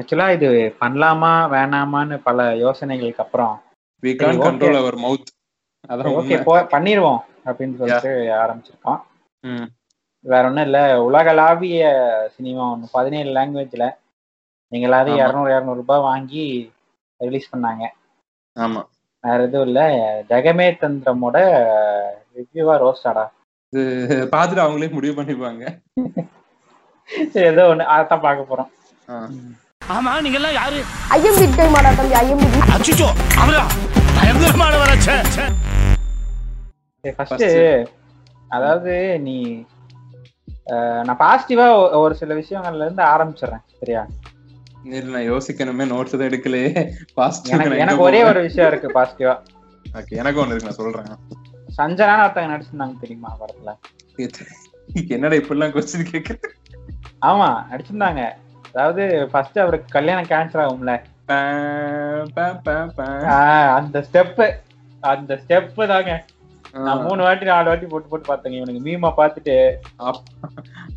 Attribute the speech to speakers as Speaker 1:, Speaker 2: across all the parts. Speaker 1: ஆக்சுவலா இது பண்ணலாமா வேணாமான்னு பல யோசனைகளுக்கு அப்புறம்
Speaker 2: we can't control our mouth அதான்
Speaker 1: ஓகே
Speaker 2: உண்மை.
Speaker 1: போ பண்ணிடுவோம் அப்படின்னு சொல்லிட்டு ஆரம்பிச்சிருக்கோம்
Speaker 2: ம்.
Speaker 1: வேற ஒன்றும் இல்லை உலகளாவிய சினிமா ஒன்று பதினேழு லாங்குவேஜில் நீங்கள் எல்லாரும்
Speaker 2: ஆமா.
Speaker 1: இரநூறு இரநூறுபா வாங்கி ரிலீஸ் பண்ணாங்க
Speaker 2: ஆமா
Speaker 1: வேற எதுவும் இல்லை ஜெகமே தந்திரமோட ரிவ்யூவா ரோஸ்டாடா
Speaker 2: இது பார்த்துட்டு அவங்களே முடிவு பண்ணிப்பாங்க
Speaker 1: சரி ஏதோ ஒன்று அதான் பார்க்க போகிறோம்
Speaker 2: ஆ.
Speaker 3: ஆமா நீங்க எல்லாம் யாரு
Speaker 4: ஐஎம்பி டைம் ஆடா தம்பி ஐஎம்பி
Speaker 3: அச்சுச்சோ அவரா பயங்கரமானவரா ச்சே, ச்சே.
Speaker 1: சரி
Speaker 2: First.
Speaker 1: ஃபர்ஸ்ட் அதாவது நீ அஹ், நான் பாசிட்டிவா ஒரு சில விஷயங்கள்ல இருந்து ஆரம்பிச்சிடுறேன் சரியா
Speaker 2: இல்ல நான் யோசிக்கணுமே நோட்ஸ் தான் எடுக்கலையே பாஸ்ட்
Speaker 1: எனக்கு எனக்கு ஒரே ஒரு விஷயம் இருக்கு பாசிட்டிவா
Speaker 2: ஓகே எனக்கு ஒண்ணு இருக்கு நான் சொல்றேன்
Speaker 1: சஞ்சனான ஒருத்தங்க நடிச்சிருந்தாங்க தெரியுமா படத்துல
Speaker 2: என்னடா இப்படிலாம் கொஸ்டின் கேக்குறது
Speaker 1: ஆமா நடிச்சிருந்தாங்க அதாவது ஃபர்ஸ்ட் அவருக்கு கல்யாணம் கேன்சல் ஆகும்ல
Speaker 2: பா, பா, பா, பா.
Speaker 1: ஆஹ், அந்த ஸ்டெப்பு அந்த ஸ்டெப்பு தாங்க நான்
Speaker 2: ஆ.
Speaker 1: மூணு வாட்டி நாலு வாட்டி போட்டு போட்டு பார்த்தேங்க இவனுக்கு மீமா பார்த்துட்டு
Speaker 2: அப்-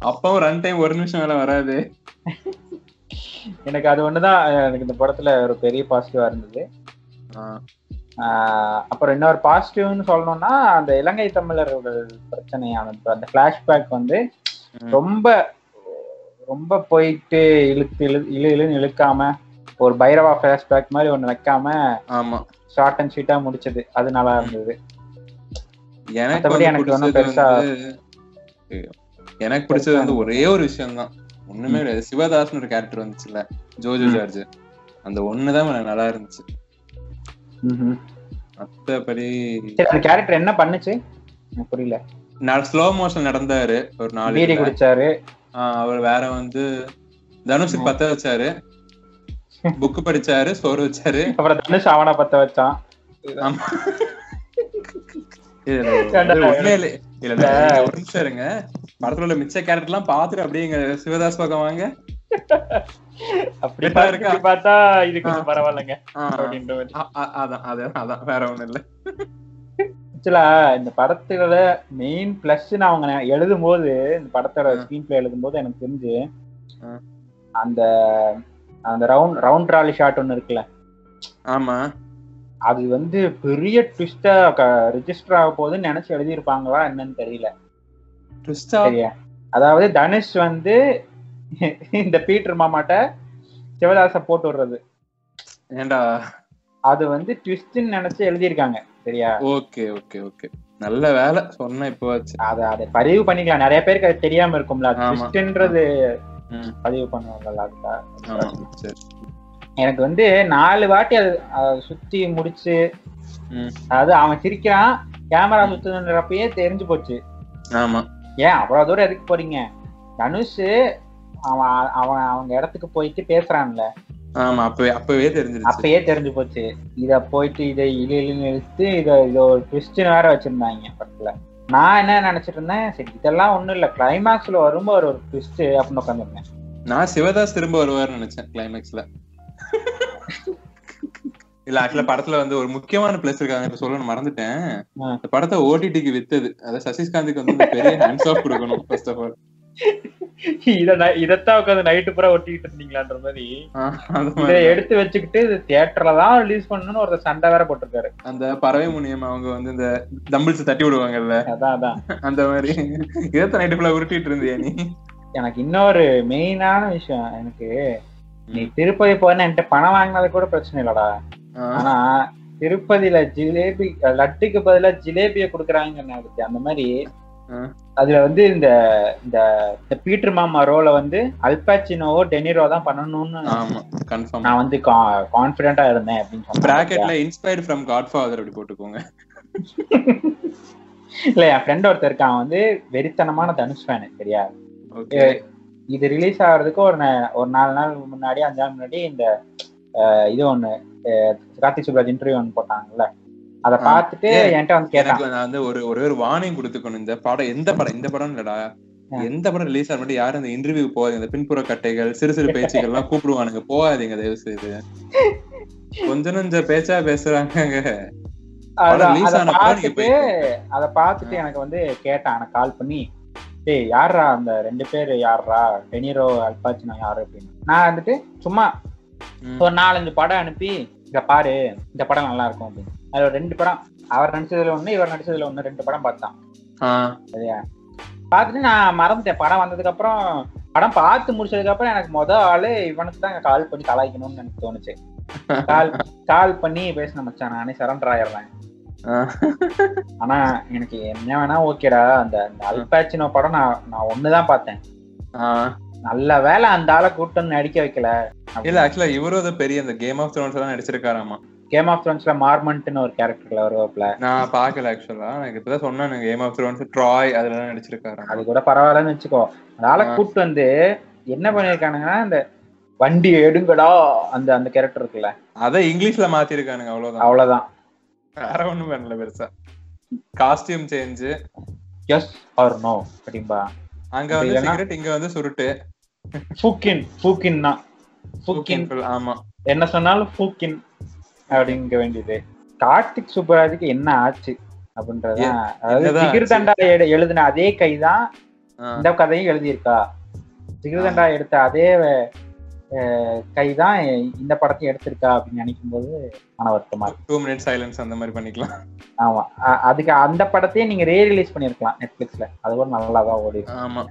Speaker 2: அப்பவும் ரன் டைம் ஒரு நிமிஷம் மேல வராது
Speaker 1: எனக்கு அது ஒண்ணுதான் அஹ், எனக்கு இந்த படத்துல ஒரு பெரிய பாசிட்டிவா இருந்தது ஆஹ் அப்புறம் இன்னொரு பாசிட்டிவ்னு சொல்லணும்னா அந்த இலங்கை தமிழர்கள் பிரச்சனையான இப்ப அந்த ஃபிளாஷ்பேக் வந்து
Speaker 2: ம்.
Speaker 1: ரொம்ப ரொம்ப போயிட்டு இழுத்து இழு இழு இழுன்னு இழுக்காம ஒரு பைரவா ஃபிளாஷ்பேக் மாதிரி ஒன்று வைக்காம
Speaker 2: ஆமா
Speaker 1: ஷார்ட் அண்ட் ஷீட்டா முடிச்சது அது நல்லா இருந்தது
Speaker 2: எனக்கு
Speaker 1: மத்தபடி
Speaker 2: வந்து
Speaker 1: எனக்கு ஒண்ணும்
Speaker 2: பிடிச்சது
Speaker 1: பெருசா-
Speaker 2: வந்து, எனக்கு பிடிச்சது வந்து ஒரே ஒரு விஷயம் தான் ஒண்ணுமே கிடையாது சிவதாஸ்னு ஒரு கேரக்டர் வந்துச்சுல்ல ஜோஜோ ஜார்ஜ் அந்த ஒண்ணுதான் எனக்கு நல்லா இருந்துச்சு மத்தபடி
Speaker 1: சரி அந்த கேரக்டர் என்ன பண்ணுச்சு எனக்கு புரியல
Speaker 2: நான் ஸ்லோ மோஷன் நடந்தாரு ஒரு நாலு
Speaker 1: பீடி
Speaker 2: இதுல.
Speaker 1: குடிச்சாரு
Speaker 2: ஆஹ் அவர் வேற வந்து தனுஷுக்கு பத்த வச்சாரு புக்கு படிச்சாரு சோறு வச்சாரு
Speaker 1: அப்புறம் தனுஷ் அவனை பத்த வச்சான்
Speaker 2: ஆமா. இதுல வந்து உண்மையிலே- இதுல
Speaker 1: இல்ல.
Speaker 2: ஒரு நிமிஷம் இருங்க. படத்துல உள்ள மிச்ச கேரக்டர் எல்லாம் பாத்துட்டு அப்படியே இங்க சிவதாஸ் பக்கம் வாங்க
Speaker 1: அப்படி
Speaker 2: இப்ப
Speaker 1: பார்த்து
Speaker 2: இருக்கா?
Speaker 1: இப்படி பார்த்தா இது கொஞ்சம் பரவாயில்லைங்க
Speaker 2: ஆ,
Speaker 1: அப்படின்ற மாதிரி
Speaker 2: அ- அ- அதான் அதான் அதான் வேற ஒண்ணும் இல்ல
Speaker 1: ஆக்சுவலா இந்த படத்துல மெயின் பிளஸ் நான் அவங்க நெ- எழுதும்போது இந்த படத்தோட ஸ்கிரீன் பிளே எழுதும்போது எனக்கு தெரிஞ்சு
Speaker 2: ஆ.
Speaker 1: அந்த அந்த ரவுண்ட் ரவுண்ட் ராலி ஷாட் ஒன்னு இருக்குல்ல
Speaker 2: ஆமா
Speaker 1: அது வந்து பெரிய ட்விஸ்டா ரெஜிஸ்டர் ஆக போகுதுன்னு நினைச்சு எழுதியிருப்பாங்களா என்னன்னு தெரியல
Speaker 2: ட்விஸ்டா
Speaker 1: சரியா அதாவது தனுஷ் வந்து இந்த பீட்டர் மாமாட்ட சிவதாச போட்டு விடுறது
Speaker 2: ஏண்டா
Speaker 1: அது வந்து ட்விஸ்ட்னு நினைச்சு எழுதியிருக்காங்க சரியா
Speaker 2: ஓகே ஓகே ஓகே நல்ல வேலை சொன்ன இப்போ வச்சு
Speaker 1: அது அதை பதிவு பண்ணிக்கலாம் நிறைய பேருக்கு அது தெரியாம இருக்கும்ல
Speaker 2: ஆமா.
Speaker 1: ட்விஸ்ட்ன்றது
Speaker 2: ம்.
Speaker 1: பதிவு பண்ணுவாங்கல்ல அதுதான்
Speaker 2: ஆமா சரி
Speaker 1: எனக்கு வந்து நாலு வாட்டி அது அது சுத்தி முடிச்சு
Speaker 2: ம்.
Speaker 1: அதாவது அவன் சிரிக்கிறான் கேமரா சுத்துன்றப்பயே தெரிஞ்சு போச்சு
Speaker 2: ஆமா
Speaker 1: ஏன் அவ்வளவு தூரம் எதுக்கு போறீங்க தனுஷ் அவன் அவன் அவங்க இடத்துக்கு போயிட்டு பேசுறான்ல
Speaker 2: ஆமா அப்பவே அப்பவே தெரிஞ்சிருச்சு
Speaker 1: அப்பயே தெரிஞ்சு போச்சு இத போயிட்டு இதை இழு இழுன்னு இழுத்து இத இத ஒரு ட்விஸ்ட்னு வேற வச்சிருந்தாங்க படத்துல நான் என்ன நினைச்சிட்டு இருந்தேன் சரி இதெல்லாம் ஒண்ணும் இல்ல கிளைமேக்ஸ்ல வரும்போது ஒரு ஒரு ட்விஸ்ட் அப்படின்னு உட்காந்துருந்தேன்
Speaker 2: நான் சிவதாஸ் திரும்ப வருவார்னு நினைச்சேன் கிளைமேக்ஸ்ல இல்ல ஆக்சுவலா படத்துல வந்து ஒரு முக்கியமான பிளஸ் இருக்காங்க இப்ப சொல்லணும் மறந்துட்டேன்
Speaker 1: ஆ.
Speaker 2: இந்த படத்தை ஓடிடிக்கு வித்தது அதாவது சசிஸ்காந்துக்கு வந்து ஒரு பெரிய ஹேண்ட்ஸ் ஆஃப் கொடுக்கணும் ஃபர்ஸ்ட் ஆஃப் ஆல்
Speaker 1: இத நை- இதத்தான் உட்காந்து நைட்டு பூரா ஒட்டிக்கிட்டு இருந்தீங்களான்ற மாதிரி
Speaker 2: அந்த
Speaker 1: இதை
Speaker 2: மாதிரி
Speaker 1: எடுத்து வச்சுக்கிட்டு இது தியேட்டர்ல தான் ரிலீஸ் பண்ணணும்னு ஒரு சண்டை வேற போட்டிருக்காரு
Speaker 2: அந்த பறவை முனியம் அவங்க வந்து இந்த தம்பிள்ஸ் தட்டி விடுவாங்கல்ல
Speaker 1: அதான் அதான்
Speaker 2: அந்த மாதிரி இதத்த நைட்டு ஃபுல்லா உருட்டிட்டு இருந்தியா நீ
Speaker 1: எனக்கு இன்னொரு மெயினான விஷயம் எனக்கு நீ திருப்பதி போனா என்கிட்ட பணம் வாங்கினது கூட பிரச்சனை இல்லடா
Speaker 2: ஆ,
Speaker 1: ஆனா திருப்பதியில ஜிலேபி லட்டுக்கு பதிலா ஜிலேபிய குடுக்கறாங்கன்னு இருக்கு. அந்த மாதிரி
Speaker 2: ஆ.
Speaker 1: அதுல வந்து இந்த இந்த இந்த பீட்டர் மாமா ரோல வந்து அல்பாச்சினோவோ டெனிரோ தான் பண்ணணும்னு
Speaker 2: ஆமா கன்ஃபார்ம்
Speaker 1: நான் வந்து கான்பிடண்டா இருந்தேன் அப்படின்னு சொன்னேன்
Speaker 2: பிராக்கெட்ல இன்ஸ்பயர்ட் ஃப்ரம் காட்ஃபாதர் அப்படி போட்டுக்கோங்க
Speaker 1: இல்ல என் ஃப்ரெண்ட் ஒருத்தர் இருக்கான் அவன் வந்து வெறித்தனமான தனுஷ் ஃபேனு சரியா
Speaker 2: ஓகே
Speaker 1: இது ரிலீஸ் ஆகிறதுக்கு ஒரு நா- ஒரு நாலு நாள் முன்னாடி அஞ்சு நாள் முன்னாடி இந்த அஹ், இது ஒண்ணு அஹ், கார்த்திக் சுப்ராஜ் இன்டர்வியூ ஒன்று போட்டாங்கல்ல அதை
Speaker 2: ஆ.
Speaker 1: பார்த்துட்டு
Speaker 2: ஏய்,
Speaker 1: என்கிட்ட வந்து கேட்டான்
Speaker 2: எனக்கு நான் வந்து ஒரு ஒரே ஒரு வார்னிங் கொடுத்துக்கணும் இந்த படம் எந்த படம் இந்த படம் இல்லடா
Speaker 1: ஆ.
Speaker 2: எந்த படம் ரிலீஸ் ஆன மட்டும் யாரும் அந்த இன்டர்வியூ போகாதீங்க இந்த பின்புற கட்டைகள் சிறு சிறு பேச்சுகள் எல்லாம் கூப்பிடுவானுங்க போகாதீங்க தயவு செய்து கொஞ்ச நஞ்ச பேச்சா பேசுறாங்க
Speaker 1: அதான்,
Speaker 2: release
Speaker 1: அதை
Speaker 2: ஆனப்ப நீங்க
Speaker 1: பார்த்துட்டு
Speaker 2: போய்
Speaker 1: அதை பார்த்துட்டு எனக்கு வந்து கேட்டான் எனக்கு கால் பண்ணி டேய் யாரா அந்த ரெண்டு பேர் யாரா டெனிரோ அல்பாச்சினோ யாரு அப்படின்னு நான் வந்துட்டு சும்மா
Speaker 2: ம்.
Speaker 1: ஒரு நாலஞ்சு படம் அனுப்பி இத பாரு இந்த படம் நல்லா இருக்கும் அப்படின்னு அதுல ஒரு ரெண்டு படம் அவர் நடிச்சதுல ஒண்ணு இவர் நடிச்சதுல ஒண்ணு ரெண்டு படம் பார்த்தான்
Speaker 2: ஆஹ்
Speaker 1: சரியா பார்த்துட்டு நான் மறந்துட்டேன் படம் வந்ததுக்கு அப்புறம் படம் பார்த்து முடிச்சதுக்கு அப்புறம் எனக்கு முத ஆளு இவனுக்கு தான் கால் பண்ணி கலாய்க்கணும்னு எனக்கு தோணுச்சு கால் கால் பண்ணி பேசின மச்சான் நானே சரண்டர் ஆயிடுறேன்
Speaker 2: ஆஹ்
Speaker 1: ஆனா எனக்கு என்ன வேணா ஓகேடா அந்த அந்த அல்பாச்சினோ படம் நான் நான் ஒண்ணுதான் பார்த்தேன்
Speaker 2: ஆஹ்
Speaker 1: நல்ல வேலை அந்த ஆளை கூப்பிட்டு வந்து நடிக்க வைக்கல
Speaker 2: இல்ல ஆக்சுவலா இவரும் அது பெரிய அந்த கேம் ஆஃப் த்ரோன்ஸ் எல்லாம் நடிச்சிருக்காராமா
Speaker 1: கேம் ஆஃப் த்ரோன்ஸ்ல மார்மன்ட்னு ஒரு கேரக்டர்ல வருவாப்ல
Speaker 2: நான் பாக்கல ஆக்சுவலா எனக்கு இப்பதான் சொன்னானு கேம் ஆஃப் த்ரோன்ஸ் ட்ராய் அதுல எல்லாம் நடிச்சிருக்காராமா
Speaker 1: அது கூட பரவாயில்லன்னு வச்சுக்கோ அந்த ஆளை
Speaker 2: ஆ.
Speaker 1: கூப்பிட்டு வந்து என்ன பண்ணிருக்கானுங்கன்னா இந்த வண்டி எடுங்கடா அந்த அந்த கேரக்டர் இருக்குல்ல
Speaker 2: அதை இங்கிலீஷ்ல மாத்திருக்கானுங்க அவ்வளவுதான்
Speaker 1: அவ்வளவுதான்
Speaker 2: வேற ஒண்ணும் பண்ணல பெருசா costume change
Speaker 1: yes or no அப்படிம்பா
Speaker 2: அங்க வந்து
Speaker 1: இல்லைன்னா-
Speaker 2: சிகரெட் இங்க வந்து சுருட்டு
Speaker 1: ஃபூக்கின் ஃபூக்கின் தான் ஃபூக்கின்
Speaker 2: Full- ஆமா
Speaker 1: என்ன சொன்னாலும் ஃபூக்கின் அப்படிங்க வேண்டியது கார்த்திக் சுப்பராஜுக்கு என்ன ஆச்சு அப்படின்றது அதாவது
Speaker 2: என்னதான்
Speaker 1: சிகிர் தண்டா எழுதின அதே கைதான்
Speaker 2: ஆஹ்
Speaker 1: இந்த கதையும் எழுதியிருக்கா சிகிருதண்டா எடுத்த அதே அஹ், கைதான் இந்த படத்தையும் எடுத்திருக்கா அப்படின்னு நினைக்கும் போது மன வருத்தமா இருக்கு
Speaker 2: டூ மினிட் சைலன்ஸ் அந்த மாதிரி பண்ணிக்கலாம்
Speaker 1: ஆமா அ- அதுக்கு அந்த படத்தையே நீங்க ரீ ரிலீஸ் பண்ணிருக்கலாம் நெட்ஃபிளிக்ஸ்ல அது கூட நல்லா தான் ஓடி இருக்கு
Speaker 2: ஆமா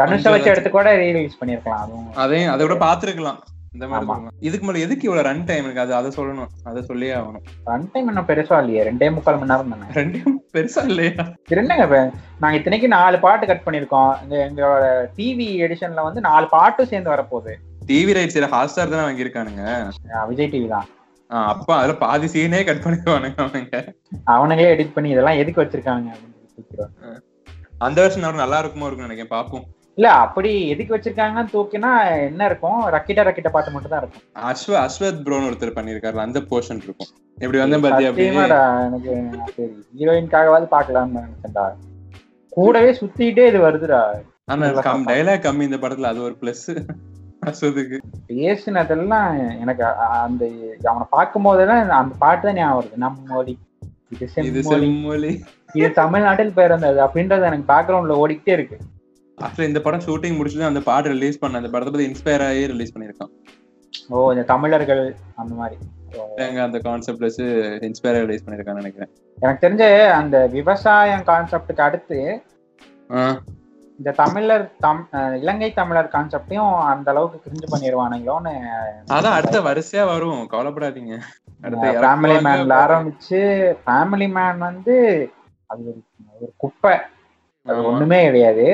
Speaker 1: தனுஷை வச்சு எடுத்து கூட ரீ ரிலீஸ் பண்ணிருக்கலாம் அதுவும்
Speaker 2: அதையும் அதை விட பாத்துருக்கலாம் இந்த மாதிரி
Speaker 1: ஆமா.
Speaker 2: சொல்லலாம். இதுக்கு மேல எதுக்கு இவ்வளவு ரன் டைம் இருக்கு அது அதை சொல்லணும் அதை சொல்லியே ஆகணும்
Speaker 1: ரன் டைம் இன்னும் பெருசா இல்லையே ரெண்டே முக்கால் மணி நேரம் தானே
Speaker 2: ரெண்டும் பெருசா இல்லையா
Speaker 1: இது என்னங்க இப்ப? நாங்க இத்தனைக்கு நாலு பாட்டு கட் பண்ணிருக்கோம் இந்த எங்களோட டிவி எடிஷன்ல வந்து நாலு பாட்டும் சேர்ந்து வரப்போகுது
Speaker 2: டிவி ரைட்ஸ் ஹாட் ஸ்டார் தான் வாங்கியிருக்கானுங்க
Speaker 1: அஹ், விஜய் டிவி தான்
Speaker 2: ஆஹ் அப்பா அதுல பாதி சீனே கட் பண்ணிடுவானுங்க அவனுங்க
Speaker 1: அவனுங்களே எடிட் பண்ணி இதெல்லாம் எதுக்கு வச்சிருக்காங்க அப்படின்னு சொல்லி கேக்குறோம்.
Speaker 2: அந்த வருஷம் அவர் நல்லா இருக்குமோ இருக்கும்னு நினைக்கிறேன் பாப்போம்
Speaker 1: இல்ல அப்படி எதுக்கு வச்சிருக்காங்கன்னு தூக்கினா என்ன இருக்கும் ரக்கிட்ட ரக்கிட்ட பாட்டு மட்டும் தான் இருக்கும்
Speaker 2: அஸ்வ அஸ்வத் ப்ரோன்னு ஒருத்தர் பண்ணிருக்காருல அந்த போர்ஷன் இருக்கும் இப்படி வந்து பாத்தியா அப்படியே
Speaker 1: சத்தியமாடா, எனக்கு சரி ஹீரோயின்காகவாது பாக்கலாம்னு நினைச்சேன்டா கூடவே சுத்திட்டே இது வருதுடா
Speaker 2: ஆனா
Speaker 1: நல்லா
Speaker 2: கம்
Speaker 1: பாப்பா.
Speaker 2: டைலாக் கம்மி இந்த படத்துல அது ஒரு பிளஸ் அஸ்வத்துக்கு
Speaker 1: பேசினதெல்லாம் எனக்கு அ- அந்த அவனை பார்க்கும் போதெல்லாம் அந்த பாட்டு தான் ஞாபகம் வருது நம்ம மொழி இது
Speaker 2: இது
Speaker 1: செம்மொழி
Speaker 2: செம்மொழி
Speaker 1: இது தமிழ்நாட்டில் பிறந்தது அப்படின்றது எனக்கு பேக்ரவுண்ட்ல ஓடிக்கிட்டே இருக்கு
Speaker 2: ஆக்சுவலா இந்த படம் ஷூட்டிங் முடிச்சுதான் அந்த பாட்டு ரிலீஸ் பண்ண அந்த படத்தை பத்தி இன்ஸ்பயர் ஆகி ரிலீஸ் பண்ணிருக்கான்
Speaker 1: ஓ இந்த தமிழர்கள் அந்த மாதிரி
Speaker 2: எங்க அந்த கான்செப்ட் வச்சு இன்ஸ்பயர் ஆகி ரிலீஸ் பண்ணிருக்கான்னு நினைக்கிறேன்
Speaker 1: எனக்கு தெரிஞ்ச அந்த விவசாயம் கான்செப்டுக்கு அடுத்து
Speaker 2: ஆ,
Speaker 1: இந்த தமிழர் தம் அஹ் இலங்கை தமிழர் கான்செப்டையும் அந்த அளவுக்கு கிரிஞ்சு பண்ணிடுவானுங்களோன்னு
Speaker 2: அதான் அடுத்த வரிசையா வரும் கவலைப்படாதீங்க அடுத்து
Speaker 1: ஃபேமிலி
Speaker 2: இறக்குவாங்க.
Speaker 1: மேன்ல ஆரம்பிச்சு ஃபேமிலி மேன் வந்து அது ஒரு ஒரு குப்பை அது
Speaker 2: ஆமா.
Speaker 1: ஒண்ணுமே கிடையாது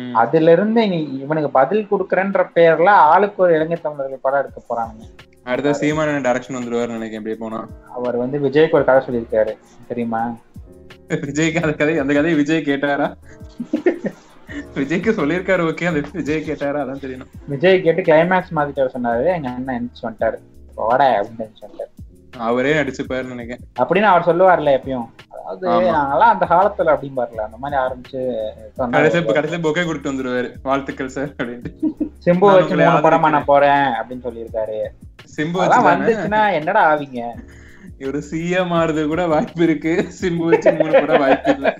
Speaker 2: ம்.
Speaker 1: அதுல இருந்து நீ இவனுக்கு பதில் கொடுக்குறேன்ற பேர்ல ஆளுக்கு ஒரு இலங்கை தமிழர்கள் படம் எடுக்க போறானுங்க
Speaker 2: அடுத்த சீமான டைரக்ஷன் வந்துருவாரு நினைக்கிறேன் இப்படி போனா
Speaker 1: அவர் வந்து விஜய்க்கு ஒரு கதை சொல்லியிருக்காரு தெரியுமா
Speaker 2: விஜய்க்கு அந்த கதை அந்த கதையை விஜய் கேட்டாரா விஜய்க்கு சொல்லியிருக்காரு ஓகே அந்த விஜய் கேட்டாரா அதான் தெரியணும்
Speaker 1: விஜய் கேட்டு கிளைமேக்ஸ் மாதிரி சொன்னாரு எங்க அண்ணன் எந்திரிச்சு வந்துட்டாரு போட அப்படின்னு எந்திரிச்சு வந்துட்டாரு
Speaker 2: அவரே நடிச்சுப்பாருன்னு நினைக்கிறேன்
Speaker 1: அப்படின்னு அவர் சொல்லுவார்ல எப்பயும் அதாவது
Speaker 2: ஆமா.
Speaker 1: நாங்கெல்லாம் அந்த காலத்துல அப்படின்னு பாருல அந்த மாதிரி ஆரம்பிச்சு சொன்னாரு.
Speaker 2: கடைசியா கடைசியில பொக்கே கொடுத்துட்டு வந்துருவாரு வாழ்த்துக்கள் சார் அப்படின்ட்டு
Speaker 1: சிம்பு
Speaker 2: நான்
Speaker 1: வச்சு
Speaker 2: உங்களை
Speaker 1: மூணு படமா
Speaker 2: ஆதரிக்கிறேன்.
Speaker 1: நான் போறேன் அப்படின்னு சொல்லியிருக்காரு
Speaker 2: சிம்பு
Speaker 1: அதெல்லாம்
Speaker 2: வச்சு
Speaker 1: வந்துச்சுன்னா என்னடா ஆவீங்க
Speaker 2: இவரு சிஎம் ஆறது கூட வாய்ப்பு இருக்கு சிம்பு வச்சு மூணு கூட வாய்ப்பு இல்ல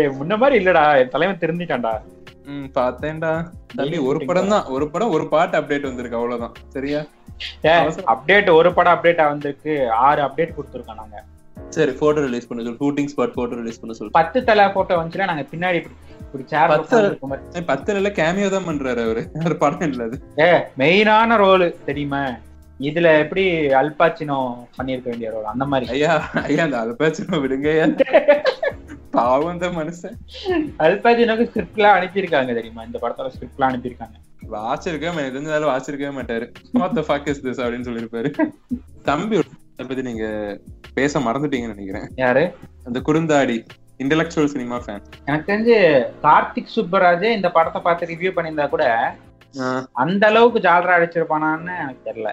Speaker 1: ஏய் முன்ன மாதிரி இல்லடா என் தலைவன் திருந்திட்டான்டா
Speaker 2: ம் பாத்தேன்டா தம்பி ஒரு படம் தான் ஒரு படம் ஒரு பாட்டு அப்டேட் வந்திருக்கு அவ்வளவுதான் சரியா அவசரம்.
Speaker 1: அப்டேட் ஒரு படம் அப்டேட் வந்திருக்கு ஆறு அப்டேட் கொடுத்துருக்கோம் நாங்க
Speaker 2: சரி போட்டோ ரிலீஸ் பண்ண சொல்லு ஷூட்டிங் ஸ்பாட் போட்டோ ரிலீஸ் பண்ண சொல்லு
Speaker 1: பத்து தலை போட்டோ வந்துச்சுன்னா நாங்க பின்னாடி இப்படி- இப்படி சேர்
Speaker 2: பத்து- ஏய், பத்துல இல்ல கேமியோ தான் பண்றாரு அவரு ஒரு படம் இல்ல அது
Speaker 1: ஏ மெயினான ரோல் தெரியுமா இதுல எப்படி அல்பாச்சினோ பண்ணியிருக்க வேண்டிய ரோல் அந்த மாதிரி
Speaker 2: ஐயா ஐயா அந்த அல்பாச்சினோ விடுங்க ஐயா பாவம் இந்த மனுஷன்
Speaker 1: அல்பாச்சினோக்கு ஸ்கிரிப்ட்லாம் அனுப்பியிருக்காங்க தெரியுமா இந்த படத்தோட ஸ்கிரிப்ட்லாம் அனுப்பியிருக்காங்க
Speaker 2: வாச்சிருக்கவே எனக்கு தெரிஞ்சதால வாச்சிருக்கவே மாட்டாரு what the fuck is this அப்படின்னு சொல்லியிருப்பாரு தம்பி ஒருத்தரை பத்தி நீங்க பேச மறந்துட்டீங்கன்னு நினைக்கிறேன்
Speaker 1: யாரு
Speaker 2: அந்த குறுந்தாடி இன்டெலக்சுவல் சினிமா ஃபேன்
Speaker 1: எனக்கு தெரிஞ்சு கார்த்திக் சுப்பராஜே இந்த படத்தை பார்த்து ரிவ்யூ பண்ணியிருந்தா கூட அந்த அளவுக்கு ஜாலரா அடிச்சிருப்பானான்னு எனக்கு தெரியல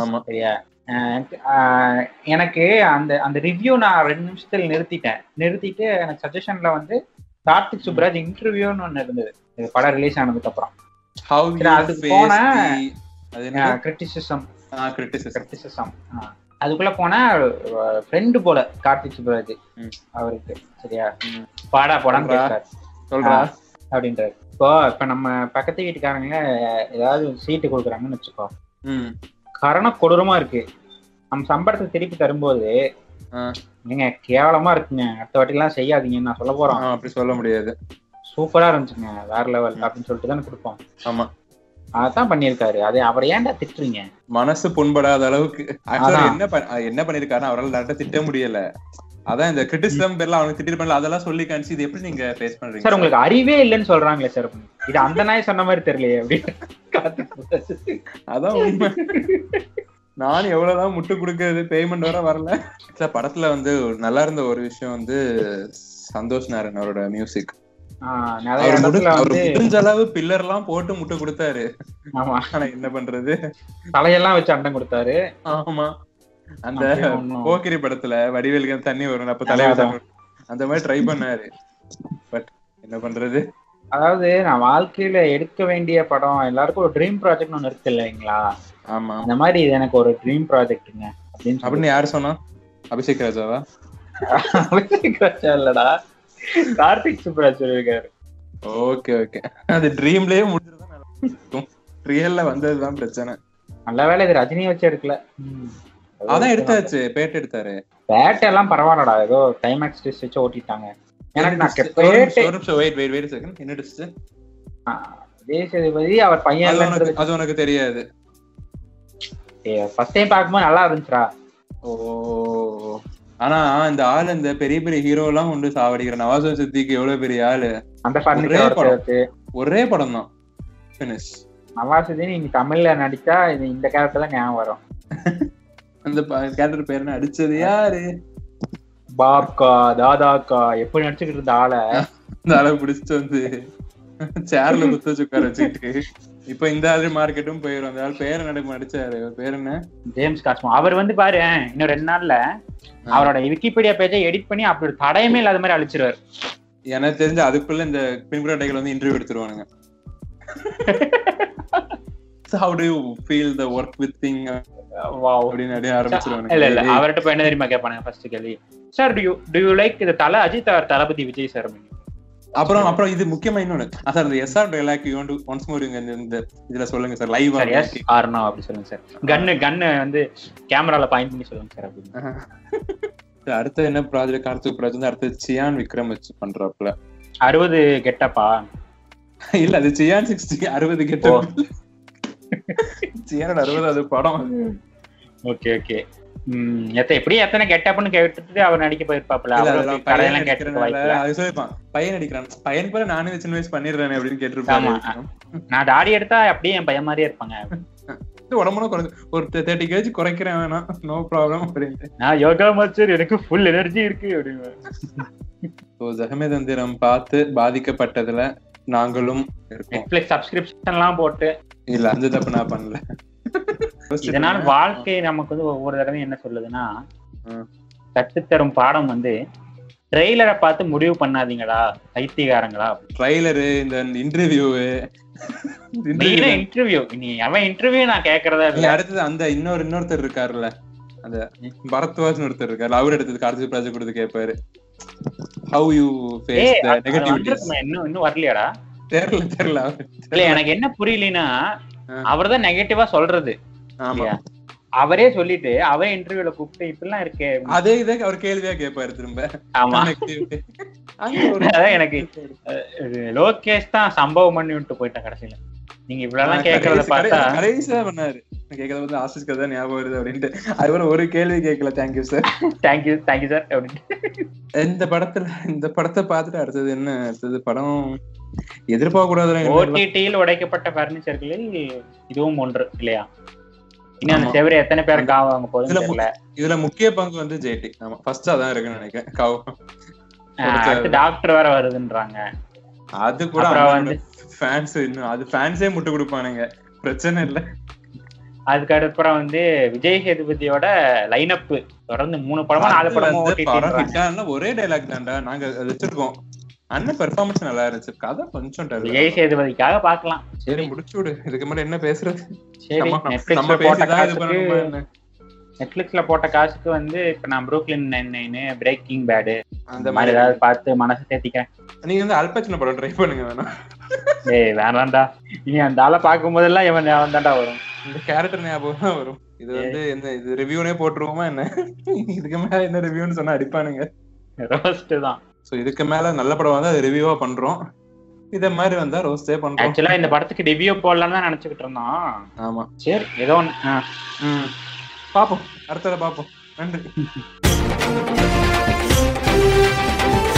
Speaker 2: ஆமா
Speaker 1: சரியா அஹ் எனக்கு- அஹ் எனக்கு அந்த அந்த ரிவ்யூ நான் ரெண்டு நிமிஷத்துல நிறுத்திட்டேன் நிறுத்திட்டு எனக்கு சஜஷன்ல வந்து கார்த்திக் சுப்ராஜ் இன்டர்வியூன்னு ஒண்ணு இருந்தது இது படம் ரிலீஸ் ஆனதுக்கு அப்புறம்
Speaker 2: ஹவு
Speaker 1: சரி, அதுக்கு போனா-
Speaker 2: அது என்ன
Speaker 1: கிரிட்டிசிசம்
Speaker 2: கிரிட்டிசிசம்
Speaker 1: கிரிட்டிசிசம் அதுக்குள்ள போனா ஃப்ரெண்டு போல கார்த்திக் சுப்ராஜ்
Speaker 2: ம்.
Speaker 1: அவருக்கு சரியா பாடா போடான்னு
Speaker 2: சொல்றா.
Speaker 1: கேட்டார்
Speaker 2: சொல்றா
Speaker 1: ஆ. அப்படின்றாரு இப்போ இப்ப நம்ம பக்கத்து வீட்டுக்காரங்க ஏதாவது சீட்டு கொடுக்குறாங்கன்னு வச்சுக்கோ
Speaker 2: ம்
Speaker 1: கரணம் கொடூரமா இருக்கு நம்ம சம்பளத்தை திருப்பி தரும்போது
Speaker 2: ஆ.
Speaker 1: நீங்க கேவலமா இருக்குங்க அடுத்த வாட்டி எல்லாம் செய்யாதீங்க நான் சொல்ல
Speaker 2: ஆ,
Speaker 1: போறோம்
Speaker 2: அப்படி சொல்ல முடியாது
Speaker 1: சூப்பரா இருந்துச்சுங்க வேற லெவல் அப்படின்னு சொல்லிட்டு தானே கொடுப்போம்
Speaker 2: ஆமா
Speaker 1: அதான் பண்ணியிருக்காரு அது அவர் ஏன்டா திட்டுறீங்க
Speaker 2: மனசு புண்படாத அளவுக்கு Actually
Speaker 1: அதான்.
Speaker 2: என்ன பண்- அது என்ன பண்ணிருக்காருன்னா அவரால் டேரக்டா திட்ட முடியல அதான் இந்த கிரிட்டிசிசம் பேர்ல அவனுக்கு திட்டிருப்பாங்க அதெல்லாம் சொல்லி காணிச்சு இது எப்படி நீங்க ஃபேஸ்
Speaker 1: சார்
Speaker 2: பண்றீங்க
Speaker 1: உங்களுக்கு அறிவே இல்லைன்னு சொல்றாங்களே சார் இது அந்த நாய் சொன்ன மாதிரி தெரியலையே அப்படின்னு
Speaker 2: அதான் உண்மை நானும் எவ்வளவுதான் முட்டு கொடுக்கறது பேமெண்ட் வர வரல சார் படத்துல வந்து ஒரு நல்லா இருந்த ஒரு விஷயம் வந்து சந்தோஷ் நாராயண் அவரோட மியூசிக்
Speaker 1: ஆஹ் நிறைய
Speaker 2: அவர்
Speaker 1: இடத்துல
Speaker 2: முடிஞ்ச- அவர்
Speaker 1: வந்து
Speaker 2: முடிஞ்ச அளவு பில்லர் எல்லாம் போட்டு முட்டு கொடுத்தாரு
Speaker 1: ஆமா
Speaker 2: ஆனா என்ன பண்றது
Speaker 1: தலையெல்லாம் வச்சு அண்டம் கொடுத்தாரு
Speaker 2: ஆமா அந்த
Speaker 1: அப்படியே ஒண்ணும்
Speaker 2: போக்கிரி படத்துல வடிவேலுக்கு தண்ணி வரும் அப்ப தலைவர்
Speaker 1: அதான்.
Speaker 2: அந்த மாதிரி ட்ரை பண்ணாரு பட் என்ன பண்றது
Speaker 1: அதாவது நான் வாழ்க்கையில எடுக்க வேண்டிய படம் எல்லாருக்கும் ஒரு ட்ரீம் ப்ராஜெக்ட் ஒன்று இருக்கு இல்லைங்களா
Speaker 2: ஆமா
Speaker 1: அந்த மாதிரி இது எனக்கு ஒரு ட்ரீம் ப்ராஜெக்ட்ங்க அப்படின்னு சொல்லி
Speaker 2: அப்படின்னு யார் சொன்னா அபிஷேக் ராஜாவா
Speaker 1: அபிஷேக் ராஜா இல்லடா கார்த்திக் சுப்ராஜ் சொல்லியிருக்காரு
Speaker 2: ஓகே ஓகே அது ட்ரீம்லயே முடிஞ்சிருந்தா நல்லா இருக்கும் ரியல்ல வந்ததுதான் பிரச்சனை
Speaker 1: நல்ல வேளை இது ரஜினியை வச்சு எடுக்கல ம்.
Speaker 2: அதான் எடுத்தாச்சு பேட் எடுத்தாரு
Speaker 1: பேட்டை எல்லாம் பரவாயில்லடா ஏதோ டைமேக்ஸ் டிஸ்ட் வச்சு ஓட்டிட்டாங்க எனக்கு நான்
Speaker 2: ஒரு நிமிஷம்,
Speaker 1: பேட்டை
Speaker 2: ஒரு நிமிஷம் வெயிட் வெயிட் வெயிட் செகண்ட் என்ன twist?
Speaker 1: விஜய் சேதுபதி அவர் பையன்
Speaker 2: அது
Speaker 1: இல்லைன்றது
Speaker 2: உனக்கு அது உனக்கு தெரியாது
Speaker 1: ஃபர்ஸ்ட் டைம் பார்க்கும்போது நல்லா இருந்துச்சுடா
Speaker 2: ஓ ஆனா இந்த ஆள் இந்த பெரிய பெரிய ஹீரோ எல்லாம் கொண்டு சாவடிக்கிற நவாசு சித்திக்கு எவ்வளவு பெரிய ஆளு
Speaker 1: அந்த
Speaker 2: ஒரே
Speaker 1: ஃபர்னிச்சர்
Speaker 2: படம்.
Speaker 1: வச்சு
Speaker 2: ஒரே படம் தான் பினிஷ்
Speaker 1: நவாசுதீன் நீங்க தமிழ்ல நடிச்சா இது இந்த கேரக்டர் தான் ஞாபகம் வரும்
Speaker 2: அந்த கேரக்டர் பேர் என்ன அடிச்சது யாரு
Speaker 1: பாப்கா தாதாக்கா எப்படி நடிச்சுக்கிட்டு இருந்த ஆளை
Speaker 2: இந்த ஆளை பிடிச்சிட்டு வந்து சேர்ல குத்து வச்சு உட்கார வச்சுக்கிட்டு இப்ப இந்த ஆளு மார்க்கெட்டும் போயிரும் அந்த ஆள் பேர நடப்பு நடிச்சாரு அவர் பேர் என்ன
Speaker 1: ஜேம்ஸ் காஸ்மோ அவர் வந்து பாரு இன்னும் ரெண்டு நாள்ல அவரோட விக்கிபீடியா பேஜை எடிட் பண்ணி அப்படி ஒரு தடையுமே இல்லாத மாதிரி அழிச்சிருவாரு
Speaker 2: எனக்கு தெரிஞ்சு அதுக்குள்ள இந்த பின்புரட்டைகள் வந்து இன்டர்வியூ எடுத்துருவானுங்க how do you feel the work with thing
Speaker 1: Wow.
Speaker 2: அப்படின்னு அப்படியே
Speaker 1: இல்ல இல்ல
Speaker 2: ஆரம்பிச்சிருவானுங்க
Speaker 1: அவர்கிட்ட போய் என்ன தெரியுமா கேட்பானுங்க ஃபர்ஸ்ட் கேள்வி sir do you do you like இது தலை அஜித் அவர் தளபதி விஜய் சார்
Speaker 2: அப்புறம் அப்புறம் இது முக்கியமா இன்னொன்னு ஆ, சார் இந்த SR dialogue you want once more இங்க இந்த- இந்த இதுல சொல்லுங்க sir live
Speaker 1: sir yes or no அப்படி சொல்லுங்க சார் கன்னு கன்னு வந்து கேமரால பாயிண்ட் பண்ணி சொல்லுங்க சார் அப்படின்னு
Speaker 2: அடுத்து என்ன ப்ராஜெக்ட் கார்த்திக் ப்ராஜெக்ட் வந்து அடுத்து சியான் விக்ரம் வச்சு பண்றாப்ல
Speaker 1: அறுபது கெட்டப்பா
Speaker 2: இல்ல அது சியான் சிக்ஸ்டி அறுபது கெட்ட
Speaker 1: ஓ.
Speaker 2: சியானோட அறுபதாவது படம் அது.
Speaker 1: ஓகே ஓகே உம் எத்த எப்படி எத்தனை கெட்டப்னு கேட்டுட்டு அவர் நடிக்க போயிருப்பாப்ல
Speaker 2: இல்ல,
Speaker 1: அவ்வளவு
Speaker 2: அதெல்லாம்
Speaker 1: போய்
Speaker 2: பையன்
Speaker 1: கடையெல்லாம் கேட்டு
Speaker 2: அடிக்கிறனால,
Speaker 1: வாய்ப்பு
Speaker 2: அது சொல்லிருப்பான், பையன் அடிக்கிறான் பையன் கூட நானே சின்ன வயசு பண்ணிடுறேன் அப்படின்னு
Speaker 1: ஆமா.
Speaker 2: கேட்டிருப்பாங்க
Speaker 1: நான் தாடி எடுத்தா அப்படியே என் பையன் மாதிரியே இருப்பாங்க
Speaker 2: உடம்புல குறைஞ்சு ஒரு தேர்ட்டி கேஜ் குறைக்கிறேன் வேணாம் நோ ப்ராப்ளம் அப்படின்ட்டு
Speaker 1: நான் யோகா மாஸ்டர் எனக்கு ஃபுல் எனர்ஜி இருக்கு அப்படின்னு
Speaker 2: ஸோ ஜெகமேதந்திரம் பார்த்து பாதிக்கப்பட்டதுல நாங்களும் இருக்கோம்
Speaker 1: நெட்ஃபிளிக்ஸ் சப்ஸ்கிரிப்ஷன் எல்லாம் போட்டு
Speaker 2: இல்ல அந்த தப்பு நான் பண்ணல
Speaker 1: இதனால வாழ்க்கை நமக்கு வந்து ஒவ்வொரு தடவையும் என்ன சொல்லுதுன்னா
Speaker 2: ம்.
Speaker 1: கற்றுத்தரும் பாடம் வந்து ட்ரெய்லரை பார்த்து முடிவு பண்ணாதீங்களா பைத்தியகாரங்களா
Speaker 2: ட்ரைலரு இந்த இன்டர்வியூ
Speaker 1: இன்டர்வியூ நீ அவன் இன்டர்வியூ நான் கேக்குறதா இல்ல
Speaker 2: அடுத்தது அந்த இன்னொரு இன்னொருத்தர் இருக்காருல்ல அந்த பரத்வாஜ் ஒருத்தர் இருக்காரு அவர் எடுத்தது கார்த்திக் ப்ராஜெக்ட் கொடுத்து கேட்பாரு ஹவு யூ
Speaker 1: ஏய்,
Speaker 2: ஃபேஸ் த
Speaker 1: அது- அது
Speaker 2: நெகட்டிவிட்டிஸ்
Speaker 1: வந்திருக்குமே, இன்னும் இன்னும் வரலையாடா
Speaker 2: தெரியல தெரியல
Speaker 1: இல்ல எனக்கு என்ன புரியலனா
Speaker 2: ஆ.
Speaker 1: அவர் தான் நெகட்டிவா சொல்றது
Speaker 2: ஆமா
Speaker 1: இல்லையா? அவரே சொல்லிட்டு அவரே இன்டர்வியூல கூப்பிட்டு இப்படிலாம் இருக்கு
Speaker 2: அதே இதே அவர் கேள்வியா கேட்பாரு திரும்ப
Speaker 1: ஆமா
Speaker 2: Connectivity. அங்க ஒரு-
Speaker 1: அதான் எனக்கு இது லோகேஷ் தான் சம்பவம் பண்ணி விட்டு போயிட்டேன் கடைசியில நீங்க இவ்வளவு கேக்குறத
Speaker 2: கடைசி-
Speaker 1: பார்த்தா
Speaker 2: கடைசி- கடைசியா பண்ணாரு கேக்குறத வந்து ஆசிஸ் கதை தான் ஞாபகம் வருது அப்படின்ட்டு அதுபோல ஒரு கேள்வி கேட்கல thank you sir
Speaker 1: thank you thank you sir அப்படின்னு
Speaker 2: இந்த படத்துல இந்த படத்தை பார்த்துட்டு அடுத்தது என்ன அடுத்தது படம் எதிர்பார்க்க கூடாது
Speaker 1: ஓடிடியில் உடைக்கப்பட்ட பர்னிச்சர்களில் இதுவும் ஒன்று இல்லையா இன்னும் அந்த செவரி எத்தனை பேர் காவாங்க போகுதுன்னு
Speaker 2: இதுல
Speaker 1: தெரியல
Speaker 2: இதுல முக்கிய பங்கு வந்து ஜேடி ஆமா ஃபர்ஸ்ட் அதான் இருக்குன்னு நினைக்கிறேன் கௌ-
Speaker 1: ஆ, அடுத்து டாக்டர் வேற வருதுன்றாங்க
Speaker 2: அது கூட
Speaker 1: அப்புறம் வந்து-
Speaker 2: ஃபேன்ஸ் இன்னும் அது ஃபேன்ஸே முட்டு கொடுப்பானுங்க பிரச்சனை இல்ல
Speaker 1: அதுக்கு அடுப்புறம் வந்து விஜய் சேதுபதியோட லைன் அப் தொடர்ந்து மூணு படமா நாலு
Speaker 2: அது
Speaker 1: படமா
Speaker 2: வந்து படம்
Speaker 1: ஓட்டிட்டு
Speaker 2: hit ஆனா ஒரே டைலாக் தான்டா நாங்க அது வச்சிருக்கோம் அண்ணன் பெர்ஃபார்மன்ஸ் நல்லா இருந்துச்சு கதை கொஞ்சம் dull ஆ
Speaker 1: விஜய் சேதுபதிக்காக பாக்கலாம்
Speaker 2: சரி முடிச்சு விடு இதுக்கு மேல என்ன பேசுறது
Speaker 1: சரி
Speaker 2: நம்ம- நம்ம
Speaker 1: நெட்ஃபிளிக்ஸ்ல போட்ட
Speaker 2: பேசிதான் இது
Speaker 1: காசுக்கு
Speaker 2: பண்ணணுமா என்ன?
Speaker 1: நெட்ஃபிளிக்ஸ்ல போட்ட காசுக்கு வந்து இப்ப நான் Brooklyn nine nine breaking bad
Speaker 2: அந்த
Speaker 1: இந்த மாதிரி ஏதாவது பார்த்து மனசை தேத்திக்கிறேன்
Speaker 2: நீங்க வந்து அல்பச்சின படம் ட்ரை பண்ணுங்க வேணா
Speaker 1: ஏய் வேணாம்டா இனி அந்த ஆளை பார்க்கும் போதெல்லாம் இவன் ஞாபகம் தான்டா வரும்
Speaker 2: இந்த கேரக்டர் ஞாபகம் தான் வரும் இது வந்து என்ன இது ரிவ்யூனே போட்டுருவோமா என்ன இதுக்கு மேல என்ன ரிவ்யூன்னு சொன்னா அடிப்பானுங்க
Speaker 1: ரோஸ்ட் தான்
Speaker 2: சோ இதுக்கு மேல நல்ல படம் வந்தா அது ரிவ்யூவா பண்றோம் இத மாதிரி வந்தா ரோஸ்டே பண்றோம்
Speaker 1: ஆக்சுவலா இந்த படத்துக்கு ரிவ்யூ போடலாம்னு தான் நினைச்சுக்கிட்டு இருந்தோம்
Speaker 2: ஆமா
Speaker 1: சரி ஏதோ ஒன்று
Speaker 2: ம் பாப்போம் அடுத்தத பாப்போம் நன்றி